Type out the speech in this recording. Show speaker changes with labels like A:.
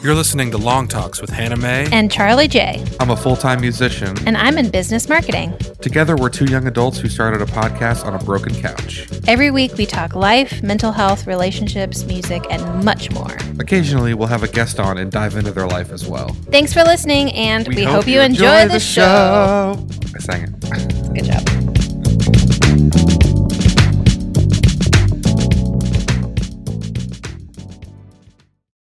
A: You're listening to Long Talks with Hannah May.
B: And Charlie J.
C: I'm a full time musician.
B: And I'm in business marketing.
C: Together, we're two young adults who started a podcast on a broken couch.
B: Every week we talk life, mental health, relationships, music, and much more.
C: Occasionally, we'll have a guest on and dive into their life as well.
B: Thanks for listening, and we, hope, you enjoy, the show.
C: I sang it.
B: Good job.